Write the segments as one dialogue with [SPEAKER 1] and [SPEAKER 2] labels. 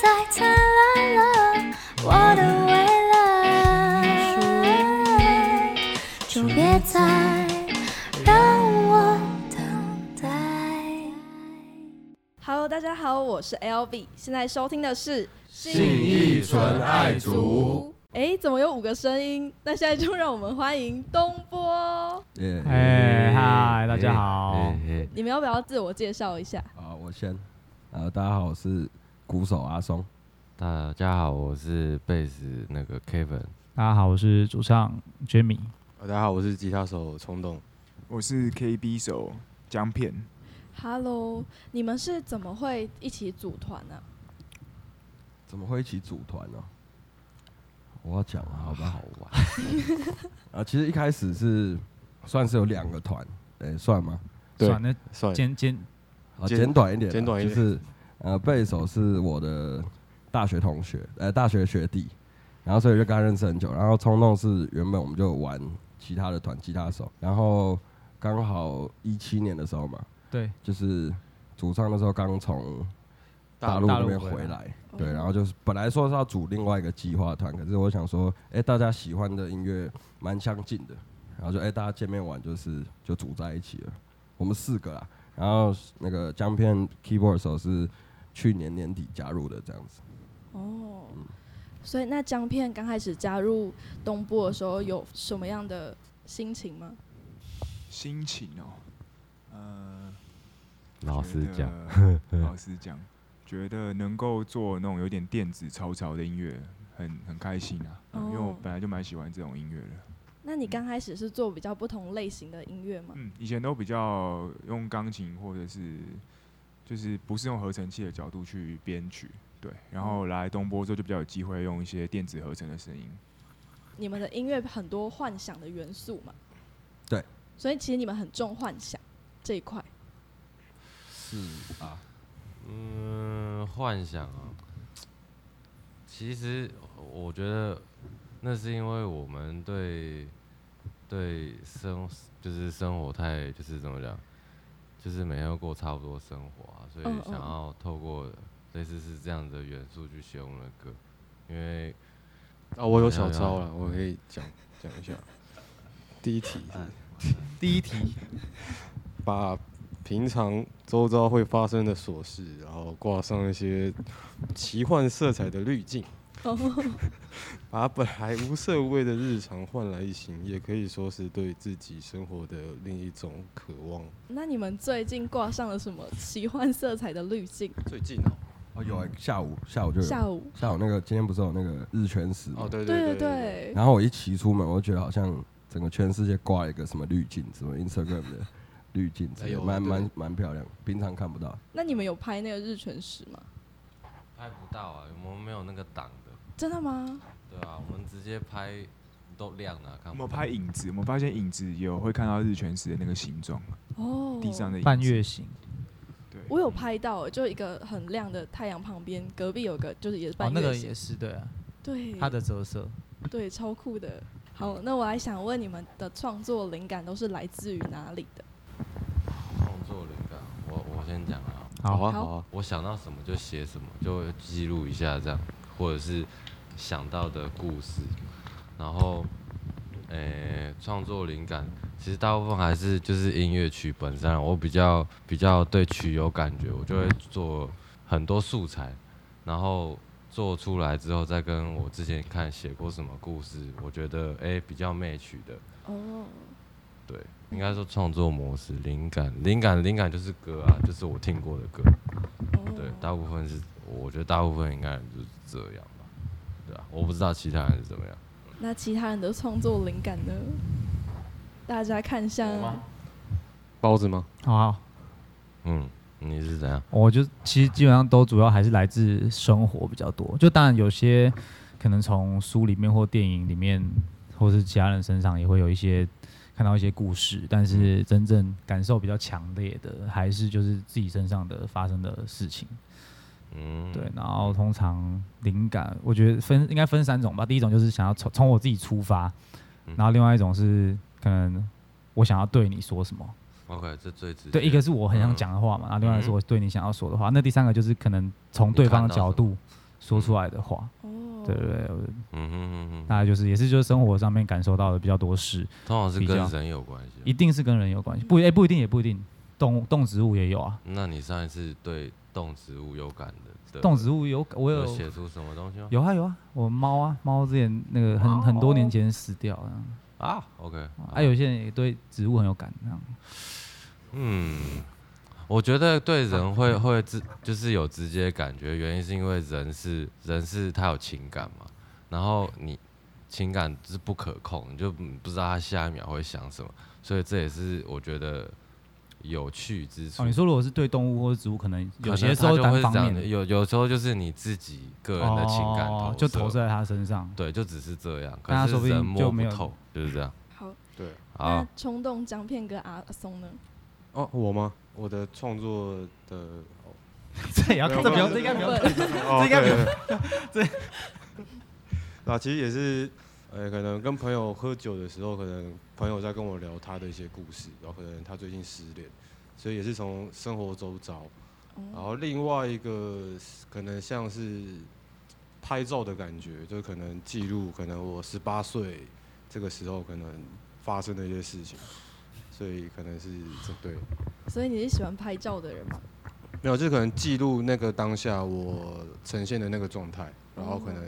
[SPEAKER 1] 灿烂了，我的未来，就别再让我等待。
[SPEAKER 2] Hello，大家好，我是 L B，现在收听的是信
[SPEAKER 3] 义纯爱族。
[SPEAKER 2] 哎，怎么有五个声音？那现在就让我们欢迎东波。
[SPEAKER 4] 哎
[SPEAKER 5] 哎嗨大家好
[SPEAKER 4] 哦
[SPEAKER 3] 哎哎
[SPEAKER 2] 你们要不要自我介绍一下？
[SPEAKER 6] 啊，我先，啊，大家好，我是鼓手阿松。
[SPEAKER 3] 大家好，我是贝斯那个 Kevin。
[SPEAKER 5] 大家好，我是主唱 Jimmy。
[SPEAKER 4] 哦大家好，我是吉他手冲动。
[SPEAKER 7] 我是 KB 手姜片，
[SPEAKER 2] Hello，你们是怎么会一起组团啊呢、
[SPEAKER 6] 怎么会一起组团呢、我要讲啊，好吧，好玩。 啊，其实一开始是算是有两个团，哎、算吗？
[SPEAKER 4] 对
[SPEAKER 5] 算了，
[SPEAKER 4] 算
[SPEAKER 5] 那简简
[SPEAKER 6] 啊，
[SPEAKER 4] 简
[SPEAKER 6] 简短一点啦，
[SPEAKER 4] 简短一点
[SPEAKER 6] 就是呃，贝手是我的大学同学，呃，大学学弟，然后所以就跟他认识很久。然后冲动是原本我们就玩其他的团，吉他手，然后刚好一七年的时候嘛，
[SPEAKER 5] 对，
[SPEAKER 6] 就是主唱那时候刚从大陆
[SPEAKER 5] 大
[SPEAKER 6] 那
[SPEAKER 5] 陆
[SPEAKER 6] 边
[SPEAKER 5] 回
[SPEAKER 6] 回
[SPEAKER 5] 来
[SPEAKER 6] 来，对，然后就是本来说是要组另外一个计划团，可是我想说，哎、大家喜欢的音乐蛮相近的，然后就哎、诶大家见面玩就是就组在一起了，我们四个啦，然后那个江片 keyboard 手是去年年底加入的这样子，
[SPEAKER 2] 哦，所以那姜片刚开始加入东波的时候，有什么样的心情吗？
[SPEAKER 7] 心情哦，呃，
[SPEAKER 3] 老实讲，
[SPEAKER 7] 觉得，老实讲，觉得能够做那种有点电子潮潮的音乐，很很开心啊、嗯因为我
[SPEAKER 2] 哦
[SPEAKER 7] 本来就蛮喜欢这种音乐的。
[SPEAKER 2] 那你刚开始是做比较不同类型的音乐吗？
[SPEAKER 7] 嗯，以前都比较用钢琴或者是就是不是用合成器的角度去编曲，对。然后来东波之后就比较有机会用一些电子合成的声音，
[SPEAKER 2] 你们的音乐很多幻想的元素嘛？
[SPEAKER 6] 对，
[SPEAKER 2] 所以其实你们很重幻想这一块。
[SPEAKER 6] 是啊，
[SPEAKER 3] 嗯，幻想啊，其实我觉得那是因为我们对对生就是生活太就是怎么讲，就是每天都过差不多生活啊，所
[SPEAKER 2] 嗯
[SPEAKER 3] 以
[SPEAKER 2] 嗯
[SPEAKER 3] 想要透过类似是这样的元素去写我们的歌，因为
[SPEAKER 4] 啊，我有小招了，我可以讲讲一下。第一题是
[SPEAKER 5] 第一题，
[SPEAKER 4] 把平常周遭会发生的琐事，然后挂上一些奇幻色彩的滤镜，
[SPEAKER 2] 哦，
[SPEAKER 4] 把本来无色无味的日常换来一新，也可以说是对自己生活的另一种渴望。
[SPEAKER 2] 那你们最近挂上了什么奇幻色彩的滤镜？
[SPEAKER 4] 最近哦，
[SPEAKER 6] 哦有、诶下午下午就有
[SPEAKER 2] 下午，
[SPEAKER 6] 下午那个今天不是有那个日全食吗
[SPEAKER 4] 哦对
[SPEAKER 2] 对
[SPEAKER 5] 哎
[SPEAKER 4] 对
[SPEAKER 2] 对，
[SPEAKER 6] 然后我一骑出门，我就觉得好像整个全世界挂了一个什么滤镜，什么 Instagram 的滤镜之类
[SPEAKER 4] 哎
[SPEAKER 6] 的，
[SPEAKER 4] 呦
[SPEAKER 6] 蛮
[SPEAKER 4] 对
[SPEAKER 6] 蛮蛮漂亮，平常看不到。
[SPEAKER 2] 那你们有拍那个日全食吗？
[SPEAKER 3] 拍不到啊，我们没有那个档的，
[SPEAKER 2] 真的吗？
[SPEAKER 3] 对啊，我们直接拍都亮了、啊，看
[SPEAKER 7] 我
[SPEAKER 3] 不
[SPEAKER 7] 们
[SPEAKER 3] 到
[SPEAKER 7] 拍影子，我们发现影子有会看到日全食的那个形状，
[SPEAKER 2] 哦，
[SPEAKER 7] 地上的影子
[SPEAKER 5] 半月形
[SPEAKER 7] 对。
[SPEAKER 2] 我有拍到，就一个很亮的太阳旁边，隔壁有个就是也是
[SPEAKER 5] 哦
[SPEAKER 2] 半，
[SPEAKER 5] 那
[SPEAKER 2] 月
[SPEAKER 5] 个
[SPEAKER 2] 形，
[SPEAKER 5] 也是对啊，
[SPEAKER 2] 对，
[SPEAKER 5] 它的折射。
[SPEAKER 2] 对，超酷的。好，那我还想问你们的创作灵感都是来自于哪里的？
[SPEAKER 3] 创作灵感，我我先讲啊，
[SPEAKER 4] 好
[SPEAKER 2] 好
[SPEAKER 4] 啊好啊，
[SPEAKER 3] 我想到什么就写什么，就记录一下这样，或者是想到的故事，然后，呃、创作灵感其实大部分还是就是音乐曲本身啊，我比较比较对曲有感觉，我就会做很多素材，然后做出来之后再跟我之前看写过什么故事，我觉得哎、比较 match 的，
[SPEAKER 2] 哦，
[SPEAKER 3] 对，应该说创作模式灵感灵感灵感就是歌啊，就是我听过的歌。
[SPEAKER 5] 哦
[SPEAKER 3] 对，大部分是，我觉得大部分应该就是这样吧，对啊，我不知道其他人是怎么样。
[SPEAKER 2] 那其他人的创作灵感呢？大家看向
[SPEAKER 4] 包子吗？
[SPEAKER 5] 好啊，
[SPEAKER 3] 嗯，你是怎样？
[SPEAKER 5] 我就其实基本上都主要还是来自生活比较多，就当然有些可能从书里面或电影里面，或是其他人身上也会有一些看到一些故事，但是真正感受比较强烈的，还是就是自己身上的发生的事情。
[SPEAKER 3] 嗯，
[SPEAKER 5] 对，然后通常灵感，我觉得分应该分三种吧。第一种就是想要从从我自己出发，
[SPEAKER 3] 嗯
[SPEAKER 5] 然后另外一种是可能我想要对你说什么。
[SPEAKER 3] ，OK，这最直接。
[SPEAKER 5] 对，一个是我很想讲的话嘛，然后另外一个是
[SPEAKER 3] 嗯
[SPEAKER 5] 我对你想要说的话。那第三个就是可能从对方的角度，说出来的话，
[SPEAKER 2] 哦，
[SPEAKER 5] 对对对，我
[SPEAKER 3] 嗯哼哼哼，
[SPEAKER 5] 大概就是也是就是生活上面感受到的比较多事，
[SPEAKER 3] 通常是
[SPEAKER 5] 比较
[SPEAKER 3] 跟人有关系
[SPEAKER 5] 一
[SPEAKER 3] 吧。
[SPEAKER 5] 定是跟人有关系，不哎、不一定也不一定，动物动植物也有啊，
[SPEAKER 3] 那你上一次对动植物有感的，的
[SPEAKER 5] 动植物有我
[SPEAKER 3] 有
[SPEAKER 5] 有
[SPEAKER 3] 写出什么东西吗？
[SPEAKER 5] 有啊有啊，我猫啊猫之前那个
[SPEAKER 3] 哦
[SPEAKER 5] 很很多年前死掉了，
[SPEAKER 3] 啊，OK，
[SPEAKER 5] 啊有些人也对植物很有感，这样
[SPEAKER 3] 嗯，我觉得对人会
[SPEAKER 5] 嗯
[SPEAKER 3] 会直就是有直接感觉，原因是因为人是人是他有情感嘛，然后你情感是不可控，你就不知道他下一秒会想什么，所以这也是我觉得有趣之处。
[SPEAKER 5] 哦你说如果是对动物或者植物，可能有
[SPEAKER 3] 可能
[SPEAKER 5] 些时
[SPEAKER 3] 他
[SPEAKER 5] 候
[SPEAKER 3] 就
[SPEAKER 5] 单
[SPEAKER 3] 会
[SPEAKER 5] 方
[SPEAKER 3] 长
[SPEAKER 5] 面
[SPEAKER 3] 得有有时候就是你自己个人的情感投
[SPEAKER 5] 哦就投射在他身上，
[SPEAKER 3] 对，就只是这样，可
[SPEAKER 5] 但他
[SPEAKER 3] 是
[SPEAKER 5] 说不定
[SPEAKER 3] 人摸
[SPEAKER 5] 就
[SPEAKER 3] 不
[SPEAKER 5] 没有
[SPEAKER 3] 透，就是这样。
[SPEAKER 2] 好，
[SPEAKER 4] 对，
[SPEAKER 3] 好
[SPEAKER 4] 嗯
[SPEAKER 2] 那，冲动姜片跟阿松呢？
[SPEAKER 4] 哦，我吗？我的创作的，
[SPEAKER 5] 这也要这不 用，这应该不用。
[SPEAKER 4] 哦，
[SPEAKER 5] 应该没有
[SPEAKER 4] 对，对那其实也是，呃，可能跟朋友喝酒的时候，可能朋友在跟我聊他的一些故事，然后可能他最近失恋，所以也是从生活周遭。然
[SPEAKER 2] 哦，
[SPEAKER 4] 后另外一个是可能像是拍照的感觉，就可能记录，可能我十八岁这个时候可能发生的一些事情，所以可能是这对，
[SPEAKER 2] 所以你是喜欢拍照的人吗？
[SPEAKER 4] 没有，就是可能记录那个当下我呈现的那个状态，然后可
[SPEAKER 2] 哦
[SPEAKER 4] 能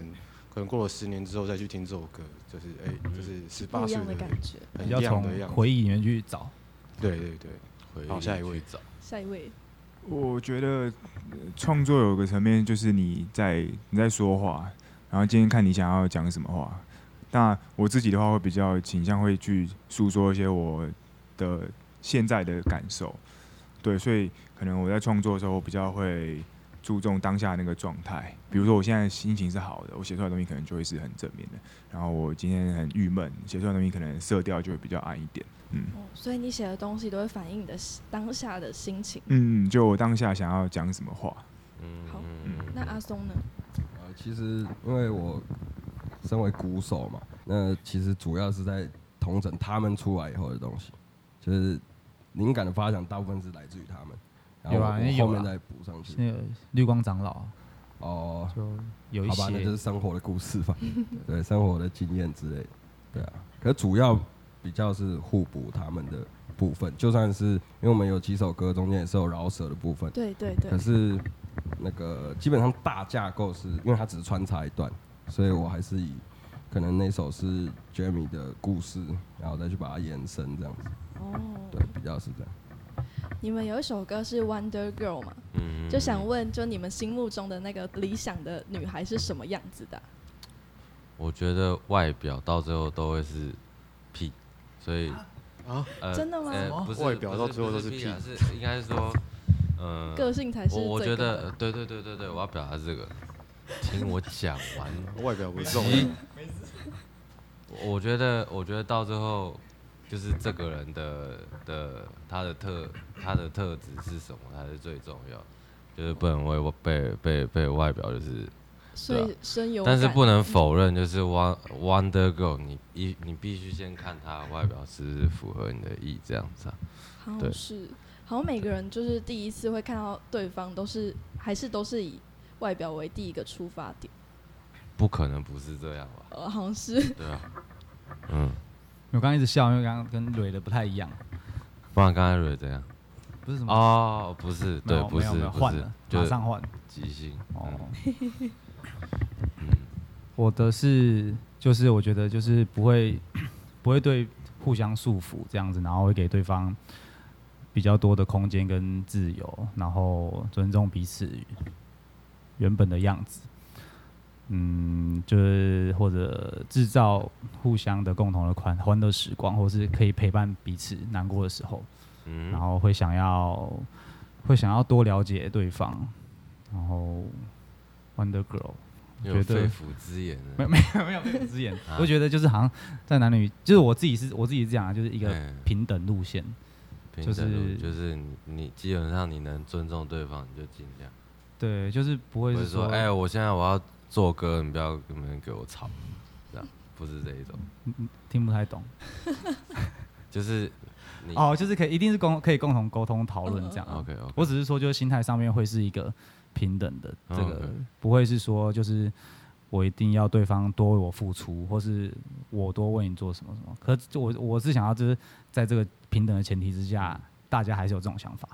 [SPEAKER 4] 可能过了十年之后再去听这首歌，就是哎、就是十
[SPEAKER 2] 嗯不
[SPEAKER 4] 八
[SPEAKER 2] 一
[SPEAKER 4] 岁
[SPEAKER 2] 样的感觉。
[SPEAKER 4] 很
[SPEAKER 5] 比较
[SPEAKER 4] 样
[SPEAKER 5] 从
[SPEAKER 4] 的样子，
[SPEAKER 5] 回忆里面去找。
[SPEAKER 4] 对对对，
[SPEAKER 3] 回
[SPEAKER 4] 好
[SPEAKER 3] 忆
[SPEAKER 4] 下一
[SPEAKER 3] 去
[SPEAKER 4] 位
[SPEAKER 3] 找。
[SPEAKER 2] 下一位，
[SPEAKER 7] 我觉得呃创作有个层面就是你在你在说话，然后今天看你想要讲什么话。那我自己的话会比较倾向会去诉说一些我的现在的感受，对，所以可能我在创作的时候，我比较会注重当下那个状态。比如说我现在心情是好的，我写出来的东西可能就会是很正面的；然后我今天很郁闷，写出来的东西可能色调就会比较暗一点。嗯
[SPEAKER 2] 哦，所以你写的东西都会反映你的当下的心情。
[SPEAKER 7] 嗯，就我当下想要讲什么话。
[SPEAKER 3] 嗯
[SPEAKER 2] 好
[SPEAKER 3] 嗯嗯
[SPEAKER 2] 那阿松呢？
[SPEAKER 6] 呃，其实因为我身为鼓手嘛，那其实主要是在统整他们出来以后的东西，就是灵感的发想大部分是来自于他们，然后
[SPEAKER 5] 有
[SPEAKER 6] 我
[SPEAKER 5] 啊
[SPEAKER 6] 我
[SPEAKER 5] 有
[SPEAKER 6] 后面
[SPEAKER 5] 啊
[SPEAKER 6] 再补上去。
[SPEAKER 5] 那个绿光长老啊
[SPEAKER 6] 哦，
[SPEAKER 5] 就
[SPEAKER 4] 啊
[SPEAKER 5] 有一
[SPEAKER 6] 好吧，那就是
[SPEAKER 5] 些，
[SPEAKER 6] 生活的故事吧， 对，生活的经验之类的，对啊。可主要比较是互补他们的部分，就算是因为我们有几首歌中间也是有饶舌的部分，
[SPEAKER 2] 对对对
[SPEAKER 6] 可，是那个基本上大架构是因为它只是穿插一段，所以我还是以可能那首是 Jamie 的故事，然后再去把它延伸这样子，
[SPEAKER 2] 哦，
[SPEAKER 6] 对，比较是这样。
[SPEAKER 2] 你们有一首歌是《Wonder Girl》嘛？
[SPEAKER 3] 嗯
[SPEAKER 2] 就想问，就你们心目中的那个理想的女孩是什么样子的啊？
[SPEAKER 3] 我觉得外表到最后都会是屁，所以
[SPEAKER 4] 啊，
[SPEAKER 3] 呃
[SPEAKER 2] 真的吗
[SPEAKER 3] 呃
[SPEAKER 2] 什么
[SPEAKER 3] 不是
[SPEAKER 4] 外表到最后都
[SPEAKER 3] 是
[SPEAKER 4] 是
[SPEAKER 3] 啊，
[SPEAKER 4] 屁
[SPEAKER 3] 是应该是说，嗯，
[SPEAKER 2] 个性才是
[SPEAKER 3] 我我
[SPEAKER 2] 最
[SPEAKER 3] 觉
[SPEAKER 2] 高
[SPEAKER 3] 得
[SPEAKER 2] 的
[SPEAKER 3] 呃对对对对对，我要表达这个，听我讲完。
[SPEAKER 4] 外表为重，
[SPEAKER 3] 我觉得我觉得到最后就是这个人的的他的特他的特质是什么才是最重要的，就是不能为被被被外表就是
[SPEAKER 2] 所以深有感，
[SPEAKER 3] 但是不能否认，就是 Won- Wonder Girl，你一你必须先看她的外表是不是符合你的意这样子啊。
[SPEAKER 2] 好
[SPEAKER 3] 对
[SPEAKER 2] 像是，好像每个人就是第一次会看到对方都是还是都是以外表为第一个出发点，
[SPEAKER 3] 不可能不是这样吧？
[SPEAKER 2] 呃，好像是
[SPEAKER 3] 对啊，嗯，
[SPEAKER 5] 我刚刚一直笑，因为刚刚跟蕊的不太一样，
[SPEAKER 3] 不然刚才蕊怎样？
[SPEAKER 5] 不是什么
[SPEAKER 3] 哦，不是，
[SPEAKER 5] 嗯没
[SPEAKER 3] 对
[SPEAKER 5] 有，
[SPEAKER 3] 不
[SPEAKER 5] 没
[SPEAKER 3] 是
[SPEAKER 5] 有没有，
[SPEAKER 3] 不
[SPEAKER 5] 换
[SPEAKER 3] 是
[SPEAKER 5] 了，，
[SPEAKER 3] 就
[SPEAKER 5] 马
[SPEAKER 3] 是
[SPEAKER 5] 上换。
[SPEAKER 3] 即兴。
[SPEAKER 5] 哦嗯
[SPEAKER 3] 嗯，
[SPEAKER 5] 我的是就是我觉得就是不会不会对互相束缚这样子，然后会给对方比较多的空间跟自由，然后尊重彼此原本的样子。嗯，就是或者制造互相的共同的欢欢乐时光，或是可以陪伴彼此难过的时候。然
[SPEAKER 3] 嗯，
[SPEAKER 5] 后会想要会想要多了解对方，然后 Wonder Girl
[SPEAKER 3] 有
[SPEAKER 5] 觉得
[SPEAKER 3] 肺腑之言啊呢。
[SPEAKER 5] 没有没有没有没有之眼，我觉得就是好像在男女，就是我自己是我自己是这样啊，就是一个
[SPEAKER 3] 嗯
[SPEAKER 5] 平等路线，
[SPEAKER 3] 平
[SPEAKER 5] 就
[SPEAKER 3] 等路
[SPEAKER 5] 是
[SPEAKER 3] 就是你你基本上你能尊重对方，你就尽量。
[SPEAKER 5] 对，就是不会
[SPEAKER 3] 不
[SPEAKER 5] 是
[SPEAKER 3] 是说，
[SPEAKER 5] 说
[SPEAKER 3] 哎，我现在我要做歌，你不要你们给我吵，这样不是这一种，
[SPEAKER 5] 听不太懂
[SPEAKER 3] 就是你
[SPEAKER 5] 哦，就是可以一定是共可以共同沟通讨论这样啊。
[SPEAKER 3] OK OK。
[SPEAKER 5] 我只是说，就是心态上面会是一个平等的，
[SPEAKER 3] 嗯
[SPEAKER 5] 这个
[SPEAKER 3] OK
[SPEAKER 5] 不会是说就是我一定要对方多为我付出，或是我多为你做什么什么。可是我我是想要就是在这个平等的前提之下，大家还是有这种想法，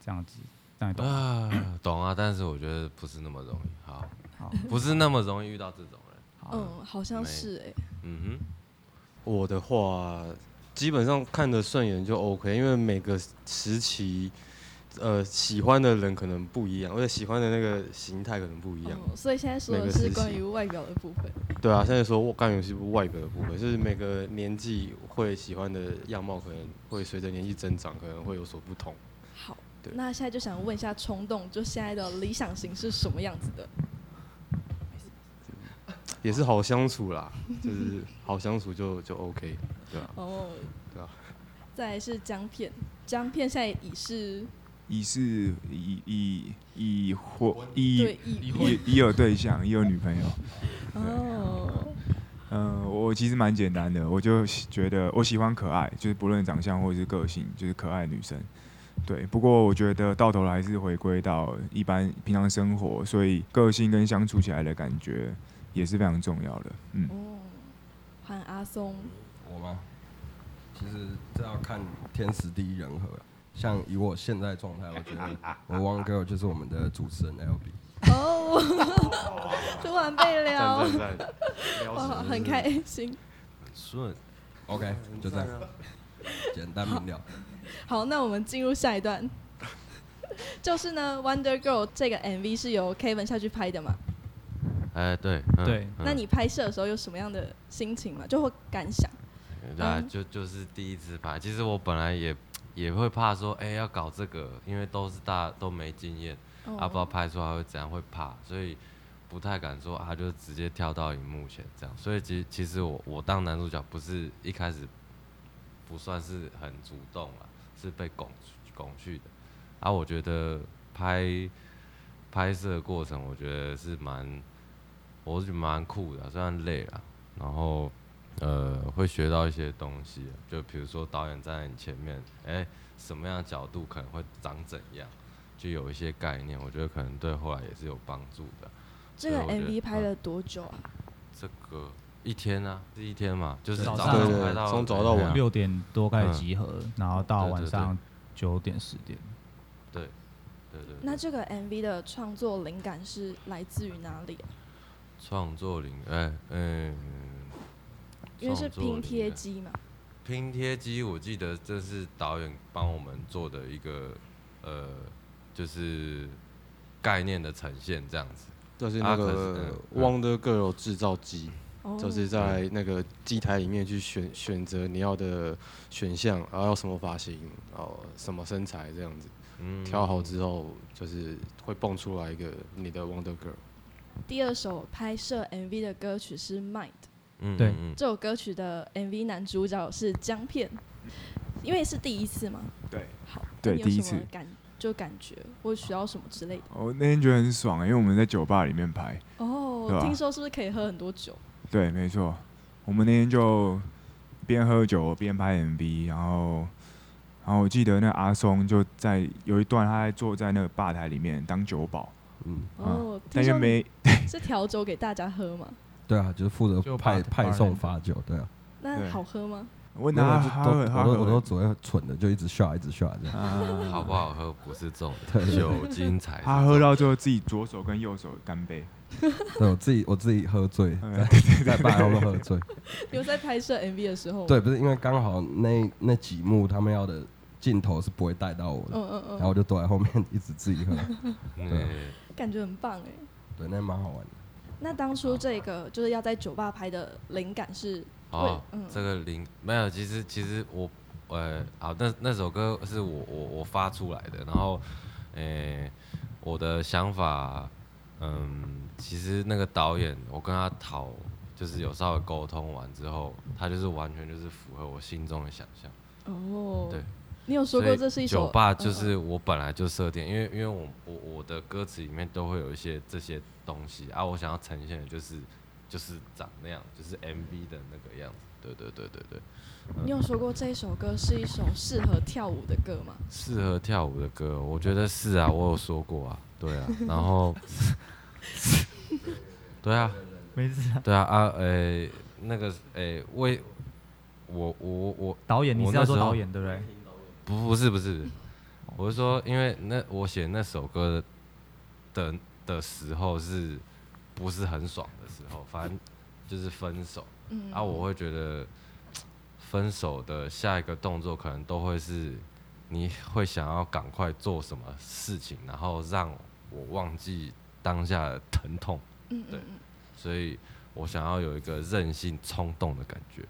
[SPEAKER 5] 这样子，这样你懂吗？
[SPEAKER 3] 啊，懂啊，但是我觉得不是那么容易，好，
[SPEAKER 5] 好，
[SPEAKER 3] 不是那么容易遇到这种人。
[SPEAKER 5] 好，
[SPEAKER 2] 嗯，好像
[SPEAKER 3] 没
[SPEAKER 2] 是哎、
[SPEAKER 3] 嗯
[SPEAKER 4] 我的话，基本上看得顺眼就 OK，因为每个时期，呃，喜欢的人可能不一样，而且喜欢的那个形态可能不一样。
[SPEAKER 2] 嗯，所以现在说
[SPEAKER 4] 每
[SPEAKER 2] 的
[SPEAKER 4] 个
[SPEAKER 2] 是
[SPEAKER 4] 时
[SPEAKER 2] 关
[SPEAKER 4] 期
[SPEAKER 2] 于外表的部分。
[SPEAKER 4] 对啊，现在说我刚游戏不外表的部分，就是每个年纪会喜欢的样貌，可能会随着年纪增长，可能会有所不同。
[SPEAKER 2] 好，
[SPEAKER 4] 对
[SPEAKER 2] 那现在就想问一下冲动，就现在的理想型是什么样子的？
[SPEAKER 4] 也是好相 处啦，就是好相处就就 OK，对啊，
[SPEAKER 2] 哦，
[SPEAKER 4] 对啊。
[SPEAKER 2] 再来是姜片，姜片现在已是
[SPEAKER 7] 已是已已已或已
[SPEAKER 2] 对已
[SPEAKER 7] 已已有对象，已有女朋友。
[SPEAKER 2] 哦，
[SPEAKER 7] 嗯、我其实蛮简单的，我就喜觉得我喜欢可爱，就是不论长相或者是个性，就是可爱的女生。对，不过我觉得到头来还是回归到一般平常生活，所以个性跟相处起来的感觉也是非常重要的。嗯，
[SPEAKER 2] 哦，换阿松，
[SPEAKER 6] 我吗？其实这要看天时地利人和。啊像以我现在状态，我觉得我汪哥就是我们的主持人 L B。
[SPEAKER 2] 哦， 突然被撩
[SPEAKER 4] 赞，赞赞，聊
[SPEAKER 2] 哇，
[SPEAKER 4] 死
[SPEAKER 2] 哦很开心。
[SPEAKER 3] 哼，顺
[SPEAKER 6] OK，就这样， 简单明了。
[SPEAKER 2] 好，那我们进入下一段。 就是呢，《Wonder Girl》这个 MV 是由 Kevin 下去拍的嘛？
[SPEAKER 3] 哎，对，嗯
[SPEAKER 5] 对
[SPEAKER 3] 嗯
[SPEAKER 2] 那你拍摄的时候有什么样的心情嘛？就会感想？
[SPEAKER 3] 对啊，
[SPEAKER 2] 嗯
[SPEAKER 3] 就就是第一次拍。其实我本来也也会怕说，哎、要搞这个，因为都是大家都没经验，
[SPEAKER 2] 哦
[SPEAKER 3] 啊，不知道拍出来会怎样，会怕，所以不太敢说啊，就直接跳到荧幕前这样。所以其其实我我当男主角不是一开始不算是很主动啦，是被拱拱去的。啊，我觉得拍拍摄的过程，我觉得是蛮，我是觉得蛮酷的啊、虽然累了，然后呃会学到一些东西，就比如说导演站在你前面，哎、什么样的角度可能会长怎样。就有一些概念，我觉得可能对后来也是有帮助的。
[SPEAKER 2] 这个
[SPEAKER 3] 所以我觉得
[SPEAKER 2] MV 拍
[SPEAKER 3] 嗯
[SPEAKER 2] 了多久啊？
[SPEAKER 3] 这个一天啊，是一天嘛，就是
[SPEAKER 5] 早
[SPEAKER 3] 早
[SPEAKER 5] 上
[SPEAKER 3] 上
[SPEAKER 5] 对
[SPEAKER 4] 对
[SPEAKER 3] 拍到
[SPEAKER 4] 从早到晚
[SPEAKER 3] 哎呀
[SPEAKER 5] 六点多开始集合，然后到
[SPEAKER 3] 对对
[SPEAKER 5] 晚
[SPEAKER 3] 嗯对
[SPEAKER 5] 上九点十点。
[SPEAKER 3] 对对对
[SPEAKER 2] 那这个 MV 的创作灵感是来自于哪里啊、
[SPEAKER 3] 创作灵，哎嗯，
[SPEAKER 2] 因为是
[SPEAKER 3] 创作灵
[SPEAKER 2] 拼贴
[SPEAKER 3] 感
[SPEAKER 2] 机嘛。
[SPEAKER 3] 拼贴机，我记得这是导演帮我们做的一个呃，就是概念的呈现这样子。
[SPEAKER 4] 就是那
[SPEAKER 3] 啊可
[SPEAKER 4] 个
[SPEAKER 3] 是嗯
[SPEAKER 4] Wonder Girl 制造机，
[SPEAKER 2] 哦，
[SPEAKER 4] 就是在那个机台里面去选选择你要的选项，然后要什么发型，然后什么身材这样子，
[SPEAKER 3] 嗯，
[SPEAKER 4] 挑好之后就是会蹦出来一个你的 Wonder Girl。
[SPEAKER 2] 第二首拍摄 MV 的歌曲是《Mind》，
[SPEAKER 3] 嗯，嗯
[SPEAKER 5] 对
[SPEAKER 3] 嗯
[SPEAKER 2] 这首歌曲的 MV 男主角是姜片，因为是第一次嘛。
[SPEAKER 7] 对，
[SPEAKER 2] 好，那
[SPEAKER 7] 对
[SPEAKER 2] 你有
[SPEAKER 7] 第一
[SPEAKER 2] 什么
[SPEAKER 7] 次
[SPEAKER 2] 感就感觉或学到什么之类的。
[SPEAKER 7] 我那天觉得很爽、因为我们在酒吧里面拍。
[SPEAKER 2] 哦，
[SPEAKER 7] 对啊
[SPEAKER 2] 听说是不是可以喝很多酒？
[SPEAKER 7] 对，没错，我们那天就边喝酒边拍 MV，然后，然后我记得那阿松就在有一段他在坐在那个吧台里面当酒保，
[SPEAKER 6] 嗯，
[SPEAKER 3] 啊
[SPEAKER 2] 哦，听
[SPEAKER 7] 但是
[SPEAKER 2] 说你
[SPEAKER 7] 没
[SPEAKER 2] 是调酒给大家喝嘛？
[SPEAKER 6] 对啊，就是负责
[SPEAKER 5] 就
[SPEAKER 6] 派
[SPEAKER 5] 把
[SPEAKER 6] 派
[SPEAKER 5] 把
[SPEAKER 6] 送
[SPEAKER 5] 人
[SPEAKER 6] 发酒，对啊。
[SPEAKER 2] 那
[SPEAKER 7] 对
[SPEAKER 2] 好喝吗？
[SPEAKER 7] 我问
[SPEAKER 6] 没有
[SPEAKER 7] 他，
[SPEAKER 6] 就
[SPEAKER 7] 他
[SPEAKER 6] 都
[SPEAKER 7] 喝他
[SPEAKER 6] 我都我都
[SPEAKER 7] 喝，
[SPEAKER 6] 只会蠢的，就一直笑，一直笑这样。
[SPEAKER 7] 啊
[SPEAKER 3] 好不好喝不是重点，酒精才是
[SPEAKER 7] 他
[SPEAKER 3] 重
[SPEAKER 7] 啊喝
[SPEAKER 3] 点
[SPEAKER 7] 到最后自己左手跟右手干杯，
[SPEAKER 6] 对我自己我自己喝醉，
[SPEAKER 7] 嗯
[SPEAKER 6] 在办公室喝醉。
[SPEAKER 2] 有在拍 摄 MV 的时候吗？
[SPEAKER 6] 对，不是因为刚好那那几幕他们要的镜头是不会带到我的，
[SPEAKER 2] 嗯嗯嗯，
[SPEAKER 6] 然后我就躲在后面 一直自己喝。
[SPEAKER 3] 嗯
[SPEAKER 2] 感觉很棒哎。
[SPEAKER 6] 对，那蛮好玩的。
[SPEAKER 2] 那当初这个就是要在酒吧拍的灵感是，
[SPEAKER 3] 哦
[SPEAKER 2] 为嗯，
[SPEAKER 3] 这个零没有，其实其实我呃，好，那那首歌是我我我发出来的，然后，诶、我的想法，嗯，其实那个导演我跟他讨，就是有稍微沟通完之后，他就是完全就是符合我心中的想象。
[SPEAKER 2] 哦，
[SPEAKER 3] 对，
[SPEAKER 2] 你有说
[SPEAKER 3] 所
[SPEAKER 2] 过
[SPEAKER 3] 以
[SPEAKER 2] 这是一首
[SPEAKER 3] 酒吧，就
[SPEAKER 2] 嗯
[SPEAKER 3] 是我本来就设定，因为因为我我我的歌词里面都会有一些这些东西啊，我想要呈现的就是就是长那样，就是 MV 的那个样子。对对对对对，
[SPEAKER 2] 你有说过这一首歌是一首适合跳舞的歌吗？
[SPEAKER 3] 适合跳舞的歌，我觉得是啊，我有说过啊，对 啊，然后， 对啊，
[SPEAKER 5] 没事啊。
[SPEAKER 3] 对啊啊，诶、那个诶、为我我我
[SPEAKER 5] 导演，你
[SPEAKER 3] 我
[SPEAKER 5] 是要
[SPEAKER 3] 那
[SPEAKER 5] 做
[SPEAKER 3] 时候
[SPEAKER 5] 导演对不对？
[SPEAKER 3] 不不是不是，我是说，因为那我写那首歌的的的时候是不是很爽的时候，反正就是分手
[SPEAKER 2] 嗯
[SPEAKER 3] 啊，我会觉得分手的下一个动作可能都会是你会想要赶快做什么事情，然后让我忘记当下的疼痛。
[SPEAKER 2] 嗯
[SPEAKER 3] 对
[SPEAKER 2] 嗯嗯
[SPEAKER 3] 所以我想要有一个任性冲动的感觉。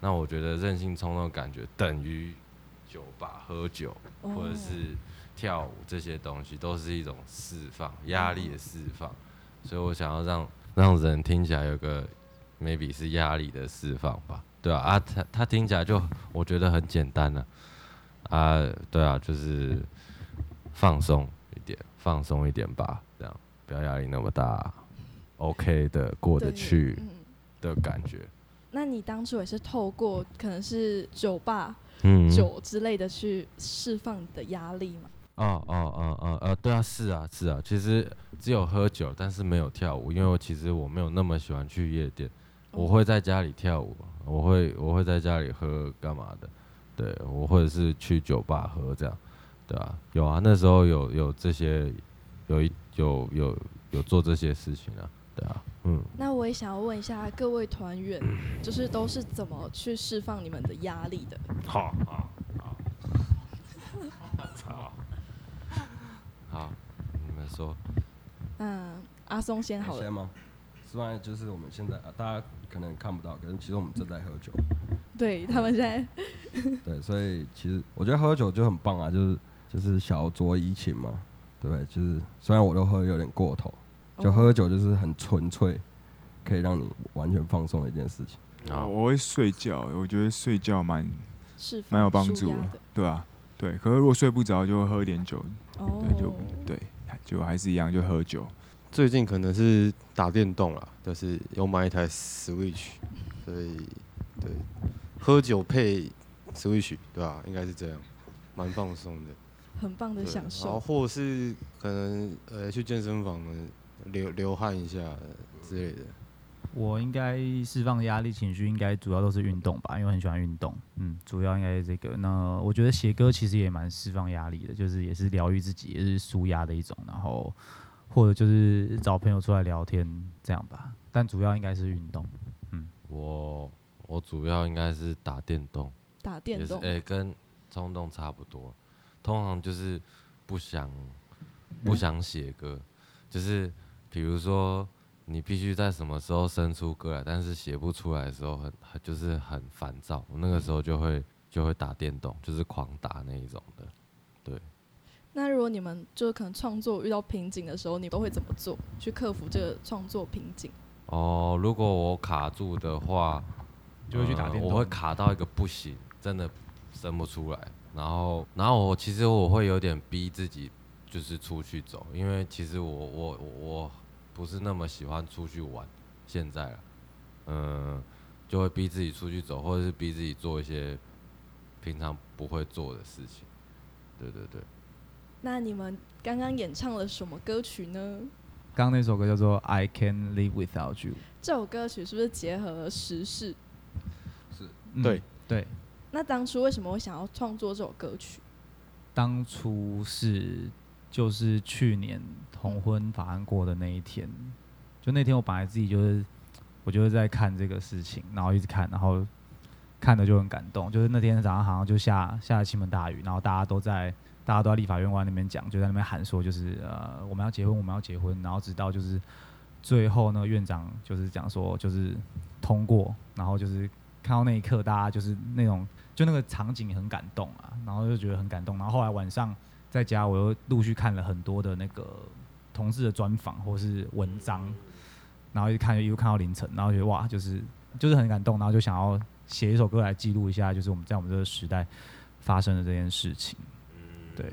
[SPEAKER 3] 那我觉得任性冲动的感觉等于酒吧、喝酒
[SPEAKER 2] 哦
[SPEAKER 3] 或者是跳舞这些东西，都是一种释放压力的释放。所以我想要让让人听起来有个 maybe 是压力的释放吧，对啊啊，他他听起来就我觉得很简单了啊对啊，就是放松一点，放松一点吧，这样不要压力那么大，OK 的过得
[SPEAKER 2] 对
[SPEAKER 3] 去
[SPEAKER 2] 嗯，
[SPEAKER 3] 的感觉。
[SPEAKER 2] 那你当初也是透过可能是酒吧、
[SPEAKER 3] 嗯，
[SPEAKER 2] 酒之类的去释放你的压力嘛？
[SPEAKER 3] 哦哦哦哦呃，对啊，是啊是啊，其实只有喝酒，但是没有跳舞，因为我其实我没有那么喜欢去夜店，我会在家里跳舞，我会我会在家里喝干嘛的，对我或者是去酒吧喝这样，对啊，有啊，那时候有有这些，有一有有有做这些事情啊，对啊，嗯，
[SPEAKER 2] 那我也想要问一下各位团员，就是都是怎么去释放你们的压力的？
[SPEAKER 3] 好好好，好，你们说，
[SPEAKER 2] 嗯，阿松先好
[SPEAKER 6] 我
[SPEAKER 2] 了
[SPEAKER 6] 哎先，吗？是吧？就是我们现在、啊、大家可能看不到，可是其实我们正在喝 酒。
[SPEAKER 2] 对他们现在
[SPEAKER 6] 对，所以其实我觉得喝酒就很棒啊，就是就是小酌怡情嘛，对不对？就是虽然我都喝有点过头，
[SPEAKER 2] 哦
[SPEAKER 6] 就喝酒就是很纯粹，可以让你完全放松的一件事情。
[SPEAKER 3] 好
[SPEAKER 7] 我会睡觉，我觉得睡觉蛮
[SPEAKER 2] 释放
[SPEAKER 7] 蛮有帮
[SPEAKER 2] 舒
[SPEAKER 7] 助
[SPEAKER 2] 压
[SPEAKER 7] 的
[SPEAKER 2] 的，
[SPEAKER 7] 对啊，对。可是如果睡不着，就喝点酒，
[SPEAKER 2] 哦
[SPEAKER 7] 对，就对，就还是一样，就喝酒。
[SPEAKER 4] 最近可能是打电动啦，就是有买一台 Switch，所以对，喝酒配 Switch，对吧、应该是这样，蛮放松的。
[SPEAKER 2] 很棒的
[SPEAKER 4] 对
[SPEAKER 2] 享
[SPEAKER 4] 然
[SPEAKER 2] 受。
[SPEAKER 4] 后或是可能呃去健身房呢流流汗一下之类的。
[SPEAKER 5] 我应该释放压力情绪，应该主要都是运动吧，因为我很喜欢运动。嗯，主要应该是这个。那我觉得写歌其实也蛮释放压力的，就是也是疗愈自己，也是舒压的一种。然后或者就是找朋友出来聊天这样吧，但主要应该是运动。
[SPEAKER 3] 我我主要应该是打电动，
[SPEAKER 2] 打电
[SPEAKER 3] 也是哎
[SPEAKER 2] 动，
[SPEAKER 3] 诶、跟冲动差不多。通常就是不想不想写歌，就是比如说你必须在什么时候生出歌来，但是写不出来的时候很很就是很烦躁。我那个时候就会就会打电动，就是狂打那一种的。
[SPEAKER 2] 那如果你们就可能创作遇到瓶颈的时候，你都会怎么做去克服这个创作瓶颈？
[SPEAKER 3] 哦，如果我卡住的话，
[SPEAKER 8] 就会去打
[SPEAKER 3] 呃
[SPEAKER 8] 电动
[SPEAKER 3] 我会卡到一个不行，真的生不出来。然后，然后我其实我会有点逼自己，就是出去走，因为其实我我我我不是那么喜欢出去玩，现在了，嗯，就会逼自己出去走，或者是逼自己做一些平常不会做的事情。对对对，
[SPEAKER 2] 那你们刚刚演唱了什么歌曲呢？
[SPEAKER 5] 刚刚那首歌叫做《I Can Live Without You》。
[SPEAKER 2] 这首歌曲是不是结合了时事？
[SPEAKER 5] 嗯
[SPEAKER 4] 对
[SPEAKER 5] 对，
[SPEAKER 2] 那当初为什么会想要创作这首歌曲？
[SPEAKER 5] 当初是就是去年同婚法案过的那一天，就那天我本来自己就是我就是在看这个事情，然后一直看，然后看的就很感动。就是那天早上好像就下下了倾盆大雨，然后大家都在大家都在立法院外那边讲，就在那边喊说就是呃我们要结婚，我们要结婚，然后直到就是最后呢院长就是讲说就是通过，然后就是看到那一刻大家就是那种就那个场景很感动啊，然后就觉得很感动。然后后来晚上在家，我又陆续看了很多的那个同事的专访或是文章，然后一直看一路看到凌晨，然后觉得哇，就是就是很感动，然后就想要写一首歌来记录一下，就是我们在我们这个时代发生的这件事情。
[SPEAKER 3] 嗯
[SPEAKER 5] 对，